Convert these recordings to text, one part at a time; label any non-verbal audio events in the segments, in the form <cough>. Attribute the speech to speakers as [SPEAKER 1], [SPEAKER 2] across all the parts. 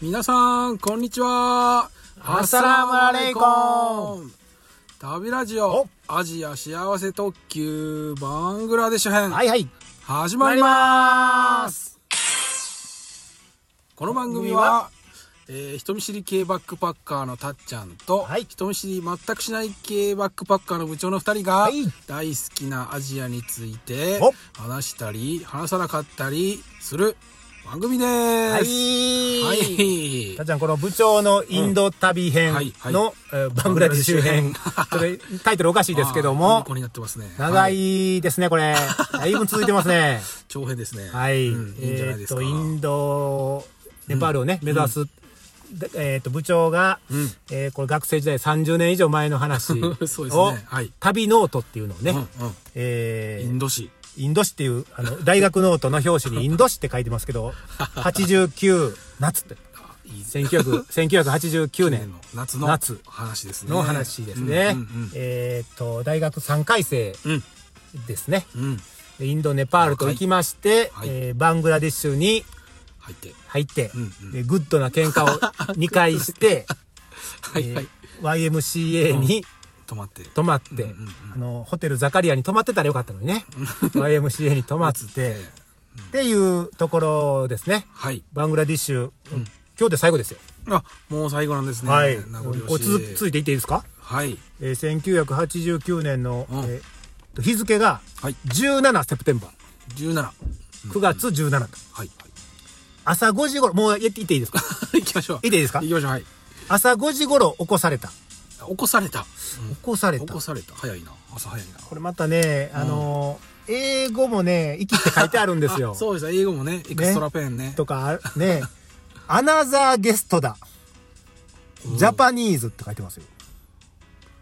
[SPEAKER 1] 皆さん、こんにちは。
[SPEAKER 2] アッサラムアレイコ
[SPEAKER 1] ン。旅ラジオ、アジア幸せ特急、バングラデシュ編、
[SPEAKER 2] はいはい。
[SPEAKER 1] 始まります。
[SPEAKER 2] す。
[SPEAKER 1] この番組
[SPEAKER 2] 番組
[SPEAKER 1] は
[SPEAKER 2] は、
[SPEAKER 1] えー人見知り系バックパッカーのたっちゃんと、
[SPEAKER 2] はい
[SPEAKER 1] 人見知り全くしない系バックパッカーの部長の2人が、
[SPEAKER 2] はい
[SPEAKER 1] 大好きなアジアについて
[SPEAKER 2] お
[SPEAKER 1] 話したり話さなかったりする番組です。
[SPEAKER 2] はい。
[SPEAKER 1] はい
[SPEAKER 2] たっちゃん、この部長のインド旅編
[SPEAKER 1] うん
[SPEAKER 2] の、
[SPEAKER 1] はいはい
[SPEAKER 2] えーバングラデシュ編。
[SPEAKER 1] バ
[SPEAKER 2] こ
[SPEAKER 1] ングラ
[SPEAKER 2] れ、タイトルおかしいですけど
[SPEAKER 1] <laughs> あーいい
[SPEAKER 2] も
[SPEAKER 1] 子、になってますね。
[SPEAKER 2] 長
[SPEAKER 1] はい
[SPEAKER 2] いですね、これ。だいぶ続いてますね。
[SPEAKER 1] 長編ですね。
[SPEAKER 2] はい。
[SPEAKER 1] うんいいんじゃないですか。
[SPEAKER 2] えーっと、インド、ネパールをね、目指す、でえーっと、部長が、えーこれ学生時代30年以上前の話
[SPEAKER 1] <laughs> そうです
[SPEAKER 2] を
[SPEAKER 1] ねはい、
[SPEAKER 2] 旅ノートっていうのを
[SPEAKER 1] うん
[SPEAKER 2] ね、
[SPEAKER 1] う
[SPEAKER 2] え
[SPEAKER 1] ん、イ
[SPEAKER 2] ー
[SPEAKER 1] ンド市。
[SPEAKER 2] インド史っていう、あの、大学ノートの表紙にインド史って書いてます
[SPEAKER 1] <laughs>
[SPEAKER 2] けど、89夏って、
[SPEAKER 1] いい
[SPEAKER 2] 1900 1989年
[SPEAKER 1] 夏の
[SPEAKER 2] 夏
[SPEAKER 1] 話ですね。
[SPEAKER 2] の話ですね
[SPEAKER 1] うんうんうん。
[SPEAKER 2] えーっと、大学3回生
[SPEAKER 1] うん
[SPEAKER 2] ですね。
[SPEAKER 1] うん、
[SPEAKER 2] でインド、ネパールと行きまして、
[SPEAKER 1] はい
[SPEAKER 2] えーバングラデシュに
[SPEAKER 1] 入って。
[SPEAKER 2] 入って、
[SPEAKER 1] うんうん
[SPEAKER 2] でグッドな喧嘩を
[SPEAKER 1] <laughs>
[SPEAKER 2] 2回して、
[SPEAKER 1] はいはい。
[SPEAKER 2] えー YMCA に
[SPEAKER 1] 止まって。
[SPEAKER 2] 泊まって、
[SPEAKER 1] うんうんうん
[SPEAKER 2] あの、ホテルザカリアに泊まってたらよかったの
[SPEAKER 1] <laughs>
[SPEAKER 2] にね。YMCA に泊まって、っていうところですね。
[SPEAKER 1] はい。
[SPEAKER 2] バングラディッシュ、今日で最後ですよ。
[SPEAKER 1] あ、もう最後なんですね。名残惜し
[SPEAKER 2] こう続続いていっていいですか、
[SPEAKER 1] はい。
[SPEAKER 2] えー、?1989 年の、
[SPEAKER 1] うん
[SPEAKER 2] えー日付が
[SPEAKER 1] はい
[SPEAKER 2] 17セプテンバー、
[SPEAKER 1] 17。
[SPEAKER 2] 9月17と。
[SPEAKER 1] はい。 <laughs>
[SPEAKER 2] 朝5時頃、もう言っていいですか
[SPEAKER 1] 行きましょう。
[SPEAKER 2] いいですか
[SPEAKER 1] 行きましょう。はい。
[SPEAKER 2] 朝5時頃起こされた。
[SPEAKER 1] 起こされた。
[SPEAKER 2] 起こされ
[SPEAKER 1] 起
[SPEAKER 2] た
[SPEAKER 1] こ。された。早いな。朝早いな。
[SPEAKER 2] これまたね、あのー英語もね、息って書い <laughs> てあるんですよ。
[SPEAKER 1] そうです英語もね、エクストラペンね。
[SPEAKER 2] とか、あね、アナザーゲストだ。ジャパニーズって書いてますよ。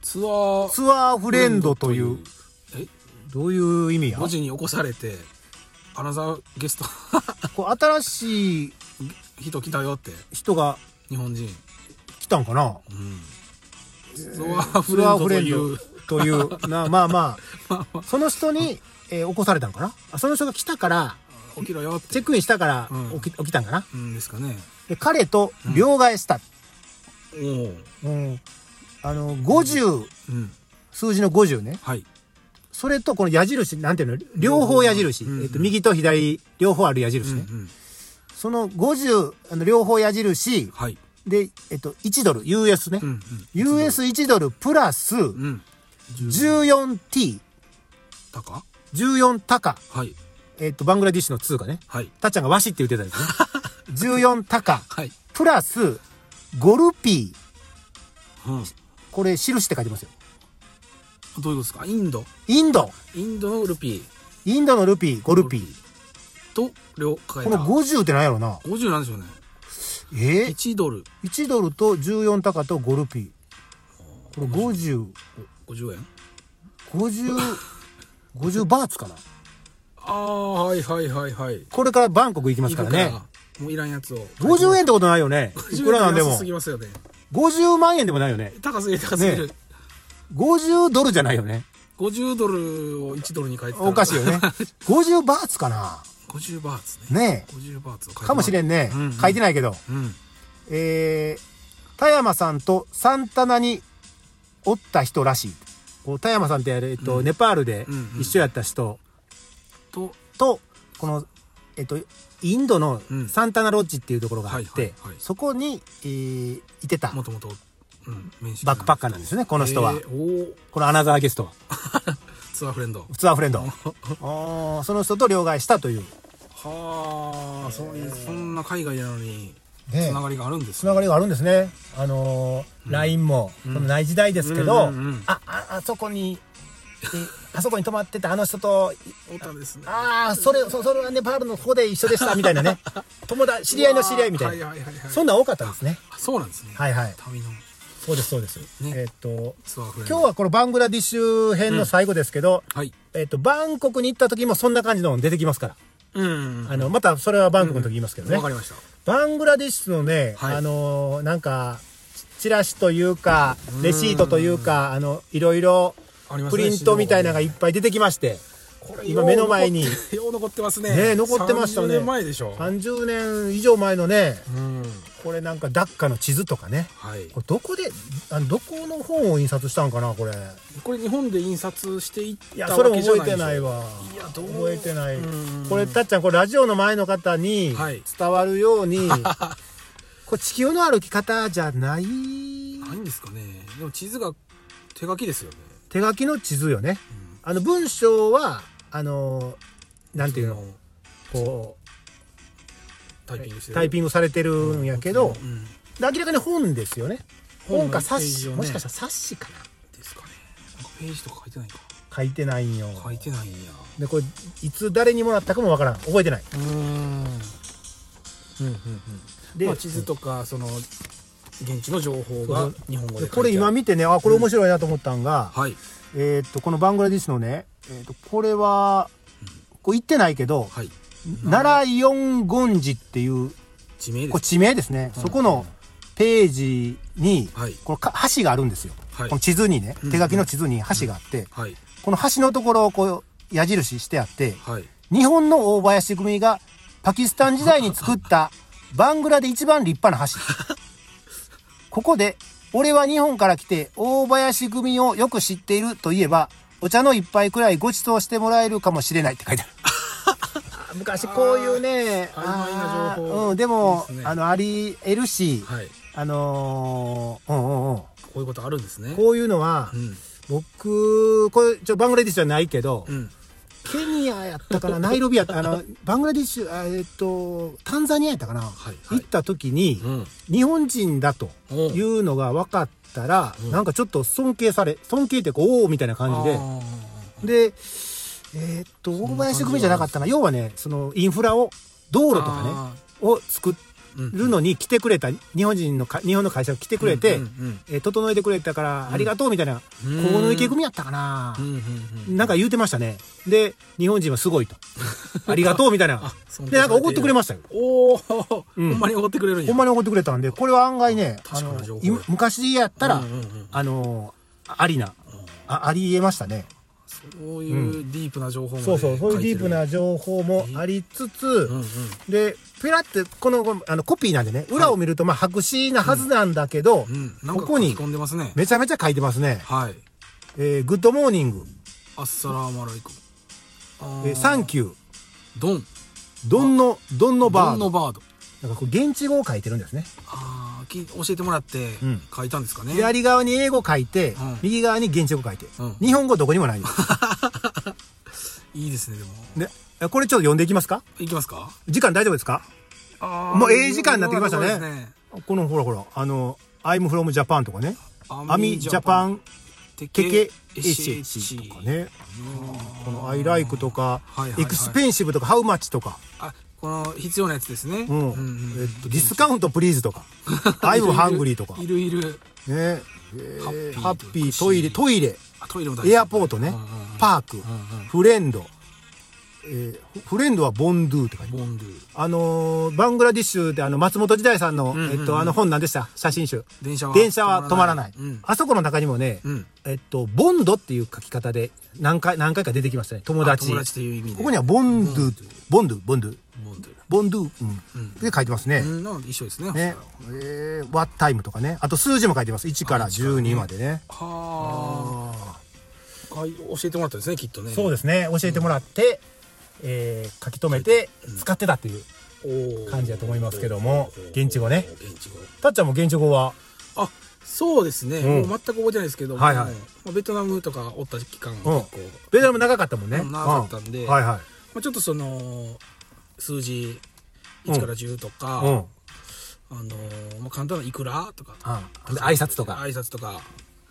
[SPEAKER 1] ツアー。
[SPEAKER 2] ツアーフレンドという、。
[SPEAKER 1] え
[SPEAKER 2] どういう意味や
[SPEAKER 1] 5時に起こされて、アナザーゲスト、 <laughs>
[SPEAKER 2] こう新しい
[SPEAKER 1] 人来たよって、
[SPEAKER 2] 人が
[SPEAKER 1] 日本人。
[SPEAKER 2] 来たん
[SPEAKER 1] <laughs>
[SPEAKER 2] かな
[SPEAKER 1] うん。ツアーフ
[SPEAKER 2] ツ
[SPEAKER 1] レン
[SPEAKER 2] ア
[SPEAKER 1] ド
[SPEAKER 2] ーフ
[SPEAKER 1] と
[SPEAKER 2] レン
[SPEAKER 1] いう
[SPEAKER 2] ド。という、なまあま
[SPEAKER 1] <laughs>
[SPEAKER 2] あ、その人に、えー起こされたんかなあその人が来たから、
[SPEAKER 1] 起きろよって。
[SPEAKER 2] チェックインしたから
[SPEAKER 1] うん
[SPEAKER 2] 起き,、起きたんかな
[SPEAKER 1] うんですかね。
[SPEAKER 2] で彼と両替した。
[SPEAKER 1] おー
[SPEAKER 2] うん。あの、50、
[SPEAKER 1] うん。
[SPEAKER 2] 数字の50ね。
[SPEAKER 1] はい。
[SPEAKER 2] それとこの矢印、なんていうの両方矢印。
[SPEAKER 1] うんうん
[SPEAKER 2] えっと、右と左、両方ある矢
[SPEAKER 1] う
[SPEAKER 2] 印
[SPEAKER 1] んう
[SPEAKER 2] ね。
[SPEAKER 1] ん。
[SPEAKER 2] その50、あの、両方矢印、
[SPEAKER 1] はい。
[SPEAKER 2] で、えっと、1ドル、US ね。
[SPEAKER 1] うんうん。
[SPEAKER 2] US1 ドルプラス、
[SPEAKER 1] うん。
[SPEAKER 2] 14T、
[SPEAKER 1] たか
[SPEAKER 2] 14タカ。
[SPEAKER 1] はい。
[SPEAKER 2] えっと、バングラディッシュの通貨ね。
[SPEAKER 1] はい。
[SPEAKER 2] たっちゃんが和紙って言ってたんですね。14タカ、
[SPEAKER 1] はい。
[SPEAKER 2] プラス、5ルピー。
[SPEAKER 1] うん。
[SPEAKER 2] これ、印って書いてますよ。
[SPEAKER 1] どういうことですかインド。
[SPEAKER 2] インド。
[SPEAKER 1] インドのルピー
[SPEAKER 2] インドのルピー、5ルピー。
[SPEAKER 1] と両替
[SPEAKER 2] こ
[SPEAKER 1] だ
[SPEAKER 2] の50ってなんやろな。
[SPEAKER 1] 50なんでしょうね。
[SPEAKER 2] えー、
[SPEAKER 1] 1ドル
[SPEAKER 2] 1ドルと14タカと5ルピー。これ50、
[SPEAKER 1] 50円
[SPEAKER 2] 50、50バーツかな。
[SPEAKER 1] ああ、はいはいはいはい。
[SPEAKER 2] これからバンコク行きますからね。。
[SPEAKER 1] もういらんやつを。
[SPEAKER 2] 50円ってことないよね。いくらなんで
[SPEAKER 1] 50円
[SPEAKER 2] も
[SPEAKER 1] 安す。ぎますよね。
[SPEAKER 2] 50万円でもないよね。
[SPEAKER 1] 高すぎる高すぎる。
[SPEAKER 2] ね50ドルじゃないよね。
[SPEAKER 1] 50ドルを1ドルに変えてたら
[SPEAKER 2] おかしいよ
[SPEAKER 1] <laughs>
[SPEAKER 2] ね。50バーツかな。
[SPEAKER 1] 50バーツね。
[SPEAKER 2] ねえ。
[SPEAKER 1] 50バーツを変えて
[SPEAKER 2] かもしれんね
[SPEAKER 1] うんうん。
[SPEAKER 2] 書いてないけど。
[SPEAKER 1] うん。
[SPEAKER 2] えー、田山さんとサンタナにおった人らしい。こう田山さんってあれ、えっと、ネパールで
[SPEAKER 1] うんうん
[SPEAKER 2] 一緒やった人
[SPEAKER 1] と、
[SPEAKER 2] と、この、えっと、インドの
[SPEAKER 1] うん
[SPEAKER 2] サンタナロッジっていうところがあって
[SPEAKER 1] はいはいはい、
[SPEAKER 2] そこに、えーいてた
[SPEAKER 1] もともと、うん、面識
[SPEAKER 2] バックパッカーなんですよね、この人は
[SPEAKER 1] え。ーおー <laughs>
[SPEAKER 2] このアナザーゲストは。
[SPEAKER 1] ツアーフレンド。
[SPEAKER 2] ツアーフレ
[SPEAKER 1] <laughs>
[SPEAKER 2] ンド。あーその人と両替したという。
[SPEAKER 1] はあ、そういう、そんな海外なのに、
[SPEAKER 2] ね
[SPEAKER 1] つながりがあるんです
[SPEAKER 2] つながりがあるんですね。あのー、LINE も、このない時代ですけど、
[SPEAKER 1] うんうんうんうん
[SPEAKER 2] あ、あ、あそこに、えあそこに泊まってたあの人と、
[SPEAKER 1] おたですね。
[SPEAKER 2] ああ、それ、そそれはネパールの方で一緒でした、みたいな
[SPEAKER 1] <laughs>
[SPEAKER 2] ね。友達、知り合いの知り合いみたいな。
[SPEAKER 1] ははいはいはい。
[SPEAKER 2] そんなん多かったんですね。
[SPEAKER 1] あそうなんですね。
[SPEAKER 2] はいはい。
[SPEAKER 1] 旅の
[SPEAKER 2] そうです、そうです。えーっと、
[SPEAKER 1] ツアーフレンド。
[SPEAKER 2] 今日はこのバングラディッシュ編の最後ですけど、
[SPEAKER 1] はい。
[SPEAKER 2] えーっと、バンコクに行った時もそんな感じの出てきますから。
[SPEAKER 1] うん。
[SPEAKER 2] あの、またそれはバンコクの時言いますけどね。
[SPEAKER 1] わかりました。
[SPEAKER 2] バングラディッシュのね、
[SPEAKER 1] はい
[SPEAKER 2] あのーなんか、チラシというか、レシートというか、あの、いろいろ
[SPEAKER 1] あり、ます
[SPEAKER 2] プ
[SPEAKER 1] ね
[SPEAKER 2] リントみたいなのがいっぱい出てきまして、
[SPEAKER 1] こ
[SPEAKER 2] 今目の前に
[SPEAKER 1] よう残ってよう残ってますね。
[SPEAKER 2] ね、残ってましたね。
[SPEAKER 1] 30年前でしょ。
[SPEAKER 2] 30年以上前のね、
[SPEAKER 1] うん。
[SPEAKER 2] これなんかダッカの地図とかね
[SPEAKER 1] はい
[SPEAKER 2] これどこであどこの本を印刷したんかなこれ
[SPEAKER 1] これ日本で印刷していった
[SPEAKER 2] いやそれ
[SPEAKER 1] わけじゃ
[SPEAKER 2] 覚
[SPEAKER 1] な
[SPEAKER 2] え
[SPEAKER 1] い
[SPEAKER 2] てない
[SPEAKER 1] で
[SPEAKER 2] わ
[SPEAKER 1] いやどう
[SPEAKER 2] 覚えてない
[SPEAKER 1] うん
[SPEAKER 2] これたっちゃんこれラジオの前の方に
[SPEAKER 1] はい
[SPEAKER 2] 伝わるよ
[SPEAKER 1] <laughs>
[SPEAKER 2] うに、これ地球の歩き方じゃない
[SPEAKER 1] すよないんですかねでも地図が手書きですよね
[SPEAKER 2] 手書きの地図よねあの文章はあのなんていうの
[SPEAKER 1] その
[SPEAKER 2] こ
[SPEAKER 1] タイピングしてる
[SPEAKER 2] うタイピングされてるんやけど、
[SPEAKER 1] うん
[SPEAKER 2] 明らかに本ですよね本か冊子、
[SPEAKER 1] 本のページをね
[SPEAKER 2] もしかしたら冊子かな
[SPEAKER 1] ですかねなんかページとか書いてないか
[SPEAKER 2] 書いてないんよ
[SPEAKER 1] 書いてないんや
[SPEAKER 2] でこれいつ誰にもらったかもわからん覚えてない
[SPEAKER 1] うんうんうんうん
[SPEAKER 2] で、
[SPEAKER 1] まあ、地図とかその現地の情報が日本語で書いてある
[SPEAKER 2] これ今見てねあこれ面白いなと思ったんが、
[SPEAKER 1] はい
[SPEAKER 2] えーっとこのバングラディッシュのね、えーっとこれはこう言ってないけど、
[SPEAKER 1] はい
[SPEAKER 2] ナライオンゴンジっていう
[SPEAKER 1] 地名で
[SPEAKER 2] これ
[SPEAKER 1] す
[SPEAKER 2] 地名ですね、そこのページに、
[SPEAKER 1] はい
[SPEAKER 2] このか橋があるんですよ、
[SPEAKER 1] はい
[SPEAKER 2] この地図にね
[SPEAKER 1] うん
[SPEAKER 2] 手書きの地図に橋があって、
[SPEAKER 1] はい
[SPEAKER 2] この橋のところをこう矢印してあって
[SPEAKER 1] はい
[SPEAKER 2] 日本の大林組がパキスタン時代に作ったバングラで一番立派な橋ここで「俺は日本から来て大林組をよく知っている」といえばお茶の一杯くらいご馳走してもらえるかもしれないって書いてあるあー <laughs> 昔こういうね
[SPEAKER 1] あー曖昧な情報
[SPEAKER 2] あーうん、でも
[SPEAKER 1] いいですね
[SPEAKER 2] あのありえるし、
[SPEAKER 1] はい
[SPEAKER 2] あのーうんうんうん
[SPEAKER 1] こういうことあるんですね
[SPEAKER 2] こういうのは、
[SPEAKER 1] うん
[SPEAKER 2] 僕これちょバングラディッシュじゃないけど、
[SPEAKER 1] うん
[SPEAKER 2] ケニアやったか
[SPEAKER 1] <laughs>
[SPEAKER 2] な、ナイロビア、あの、バングラディッシュ、あえっと、タンザニアやったかな、
[SPEAKER 1] いはい
[SPEAKER 2] 行った時に、
[SPEAKER 1] うん
[SPEAKER 2] 日本人だというのが分かったら、
[SPEAKER 1] うん
[SPEAKER 2] なんかちょっと尊敬され、尊敬ってこう、おーみたいな感
[SPEAKER 1] あー
[SPEAKER 2] じで、で、えっと、大林組じゃなかったな、要はね、そのインフラを、道路とかね、を作るのに来てくれた、日本人のか、日本の会社が来てくれて、
[SPEAKER 1] うんうん
[SPEAKER 2] えー整えてくれたから、ありがとうみたいな、
[SPEAKER 1] うん
[SPEAKER 2] ここの池組やったかな。
[SPEAKER 1] うんうんうんうん
[SPEAKER 2] なんか言うてましたね。で、日本人はすご
[SPEAKER 1] <laughs>
[SPEAKER 2] いと。ありがとうみたいな
[SPEAKER 1] あ尊。敬
[SPEAKER 2] で、なんか怒ってくれましたよ。
[SPEAKER 1] おおほ
[SPEAKER 2] うん
[SPEAKER 1] んまに怒ってくれるん
[SPEAKER 2] ほ
[SPEAKER 1] や
[SPEAKER 2] んまに怒ってくれたんで、これは案外ね、あ
[SPEAKER 1] 確かな情
[SPEAKER 2] の
[SPEAKER 1] 報
[SPEAKER 2] い昔やったら
[SPEAKER 1] うんうんうん、
[SPEAKER 2] あの、ありな、あありえましたね。
[SPEAKER 1] そういうディープな情報もね
[SPEAKER 2] そうそう、そういうディープ
[SPEAKER 1] 書
[SPEAKER 2] ない
[SPEAKER 1] て
[SPEAKER 2] 情報もありつ
[SPEAKER 1] るうんう
[SPEAKER 2] つ、
[SPEAKER 1] ん
[SPEAKER 2] で、ペラって、この、このあの、コピーなんでね、裏を見ると、まあ、白紙なはずなんだけど
[SPEAKER 1] うん、なん
[SPEAKER 2] こ
[SPEAKER 1] か書
[SPEAKER 2] こに
[SPEAKER 1] き、込んでますね
[SPEAKER 2] めちゃめちゃ書いてますね。
[SPEAKER 1] はい
[SPEAKER 2] えー、グッドモーニング、
[SPEAKER 1] アッサラーマライク
[SPEAKER 2] えーサンキュー、
[SPEAKER 1] ドン
[SPEAKER 2] ドンの、ドンの
[SPEAKER 1] ド
[SPEAKER 2] バー
[SPEAKER 1] ンの
[SPEAKER 2] ド。
[SPEAKER 1] バード
[SPEAKER 2] なんかこう、現地語を書いてるんですね。
[SPEAKER 1] ああ教えてもらって
[SPEAKER 2] うん
[SPEAKER 1] 書いたんですかね
[SPEAKER 2] 左側に英語書いて、
[SPEAKER 1] ん
[SPEAKER 2] 右側に現地語書いて、
[SPEAKER 1] うん
[SPEAKER 2] 日本語どこに
[SPEAKER 1] <laughs>
[SPEAKER 2] もないんです。
[SPEAKER 1] いいですねでも
[SPEAKER 2] ね、これちょっと読んでいきますか
[SPEAKER 1] いきますか
[SPEAKER 2] 時間大丈夫ですかもうええ時間になってきましたね
[SPEAKER 1] そうですね
[SPEAKER 2] このほらほら、あの、I'm from Japan とかね、アミ
[SPEAKER 1] Ami
[SPEAKER 2] ジャパン
[SPEAKER 1] テ
[SPEAKER 2] ケケ SH とかね、この I like とか
[SPEAKER 1] はいはい、はい
[SPEAKER 2] expensive とか how much とか、
[SPEAKER 1] あこの必要なやつですね
[SPEAKER 2] う
[SPEAKER 1] うんんうん
[SPEAKER 2] えっと、discount please とか、I'm
[SPEAKER 1] <laughs>
[SPEAKER 2] hungry とか、
[SPEAKER 1] い
[SPEAKER 2] ね、
[SPEAKER 1] るいる
[SPEAKER 2] え
[SPEAKER 1] ハッ
[SPEAKER 2] ー
[SPEAKER 1] ピー
[SPEAKER 2] ハッピー、トイレ、トイレ、
[SPEAKER 1] あトイレも大事
[SPEAKER 2] エアポートね、パーク、フレンド、えーフレンドはボンドゥって書いてある
[SPEAKER 1] ボンドゥ
[SPEAKER 2] あのーバングラディッシュであの松本時代さんの、
[SPEAKER 1] んうんうん
[SPEAKER 2] えっと、あの本なんでした写真集。
[SPEAKER 1] 電車は
[SPEAKER 2] 電車は止まらない。
[SPEAKER 1] うん
[SPEAKER 2] あそこの中にもね、
[SPEAKER 1] うん
[SPEAKER 2] えっと、ボンドっていう書き方で何回、何回か出てきましたね。友達。
[SPEAKER 1] あ友達という意味で
[SPEAKER 2] ここにはボンドゥ、ボンドゥ、ボンドゥ、
[SPEAKER 1] ボンドゥ
[SPEAKER 2] ボンドゥ、うんで書いてますね。
[SPEAKER 1] うんなんか一緒ですね
[SPEAKER 2] ね。えー、ワッタイムとかね。あと数字も書いてます。1から12までね。
[SPEAKER 1] はあはい教えてもらったんですねきっとね
[SPEAKER 2] そうですね。教えてもらって、えー書き留めて使ってたっていう。
[SPEAKER 1] おー
[SPEAKER 2] 感じだと思いますけども現地語ね
[SPEAKER 1] 現地語
[SPEAKER 2] たっちゃんも現地語は
[SPEAKER 1] あそうですね、
[SPEAKER 2] うん
[SPEAKER 1] もう全く覚えてないですけど、
[SPEAKER 2] はいはい
[SPEAKER 1] まあ、ベトナムとかおった期間は結構、ま
[SPEAKER 2] ベトナム長かったもんね。
[SPEAKER 1] うん長かったんで
[SPEAKER 2] うはいは
[SPEAKER 1] あ、ちょっとその数字1から10とか、
[SPEAKER 2] い。うん。
[SPEAKER 1] あのーまあ、簡単ないくらとか
[SPEAKER 2] あで挨拶とか。
[SPEAKER 1] 挨拶とか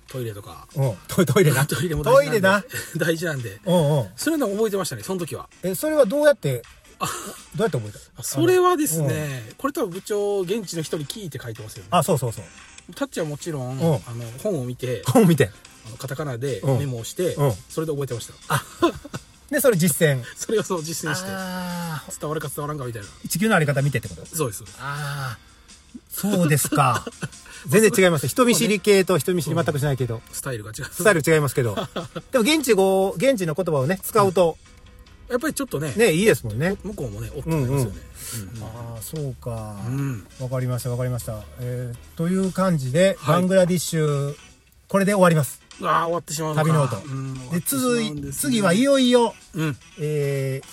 [SPEAKER 1] トイレとか
[SPEAKER 2] うん。トイトイレな。
[SPEAKER 1] トイレも
[SPEAKER 2] ト
[SPEAKER 1] 大
[SPEAKER 2] イ
[SPEAKER 1] 事
[SPEAKER 2] レ
[SPEAKER 1] なん
[SPEAKER 2] な
[SPEAKER 1] で。 <laughs> 大事なんで
[SPEAKER 2] うんうん。
[SPEAKER 1] そういうの覚えてましたねその時は
[SPEAKER 2] え、それはどうやって、どうやって覚えた
[SPEAKER 1] それはですね、これ多分部長現地の人に聞いて書いてますよね
[SPEAKER 2] あ、そうそうそう。
[SPEAKER 1] タッチはもちろん、あ
[SPEAKER 2] ん
[SPEAKER 1] の本を見て
[SPEAKER 2] 本見て。
[SPEAKER 1] あのカタカナで
[SPEAKER 2] うん
[SPEAKER 1] メモをして、
[SPEAKER 2] うん
[SPEAKER 1] それで覚えてました
[SPEAKER 2] で、それ実践。
[SPEAKER 1] それをそう実践して
[SPEAKER 2] あ
[SPEAKER 1] 伝わるか伝わらんかみたいな
[SPEAKER 2] ー地球のあり方見てってこと
[SPEAKER 1] そうです
[SPEAKER 2] ああ。そうで
[SPEAKER 1] <laughs>
[SPEAKER 2] すか。全然違います。人見知り系と人見知り全くしないけど。
[SPEAKER 1] スタイルが違う
[SPEAKER 2] <laughs> スタイル違いますけど。でも現地語、現地の言葉をね、使うと、
[SPEAKER 1] やっぱりちょっとね
[SPEAKER 2] ねいいですもんね
[SPEAKER 1] 向こうもねおっとなりますよね
[SPEAKER 2] ああそうか
[SPEAKER 1] うん、うん
[SPEAKER 2] わかりましたわかりました、えーという感じで、
[SPEAKER 1] はい
[SPEAKER 2] バングラディッシュこれで終わります
[SPEAKER 1] うわあ終わってしまうのか
[SPEAKER 2] 旅の音
[SPEAKER 1] うん終わ
[SPEAKER 2] で
[SPEAKER 1] ってしま
[SPEAKER 2] 続
[SPEAKER 1] うん
[SPEAKER 2] い
[SPEAKER 1] ですね
[SPEAKER 2] 次はいよいよ
[SPEAKER 1] うん
[SPEAKER 2] えー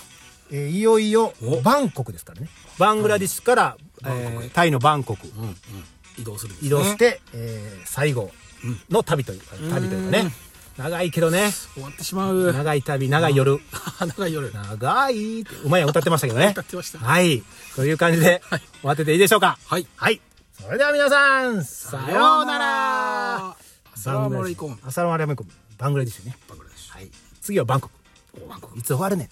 [SPEAKER 2] えーいよいよ
[SPEAKER 1] お
[SPEAKER 2] バンコクですからねバングラディッシュから、えータイのバンコク
[SPEAKER 1] うんうん移動するんですね
[SPEAKER 2] 移動して、えー最後の旅というか、旅というか
[SPEAKER 1] う
[SPEAKER 2] ね
[SPEAKER 1] ん
[SPEAKER 2] 長いけどね
[SPEAKER 1] 終わってしまう <laughs>
[SPEAKER 2] 長い旅長い夜
[SPEAKER 1] 長い夜な
[SPEAKER 2] 長いってうまいやん歌ってましたけどね
[SPEAKER 1] 歌ってました
[SPEAKER 2] はいという感じ <laughs> で、
[SPEAKER 1] はい
[SPEAKER 2] 終わってていいでしょうか
[SPEAKER 1] はい
[SPEAKER 2] はいそれでは皆さんさようなら
[SPEAKER 1] アサラーマレイコン
[SPEAKER 2] アサラムアレイコンバングラディッシュね
[SPEAKER 1] バングラデシュ
[SPEAKER 2] はい次はバンコク
[SPEAKER 1] おバンコク
[SPEAKER 2] いつ終わるねん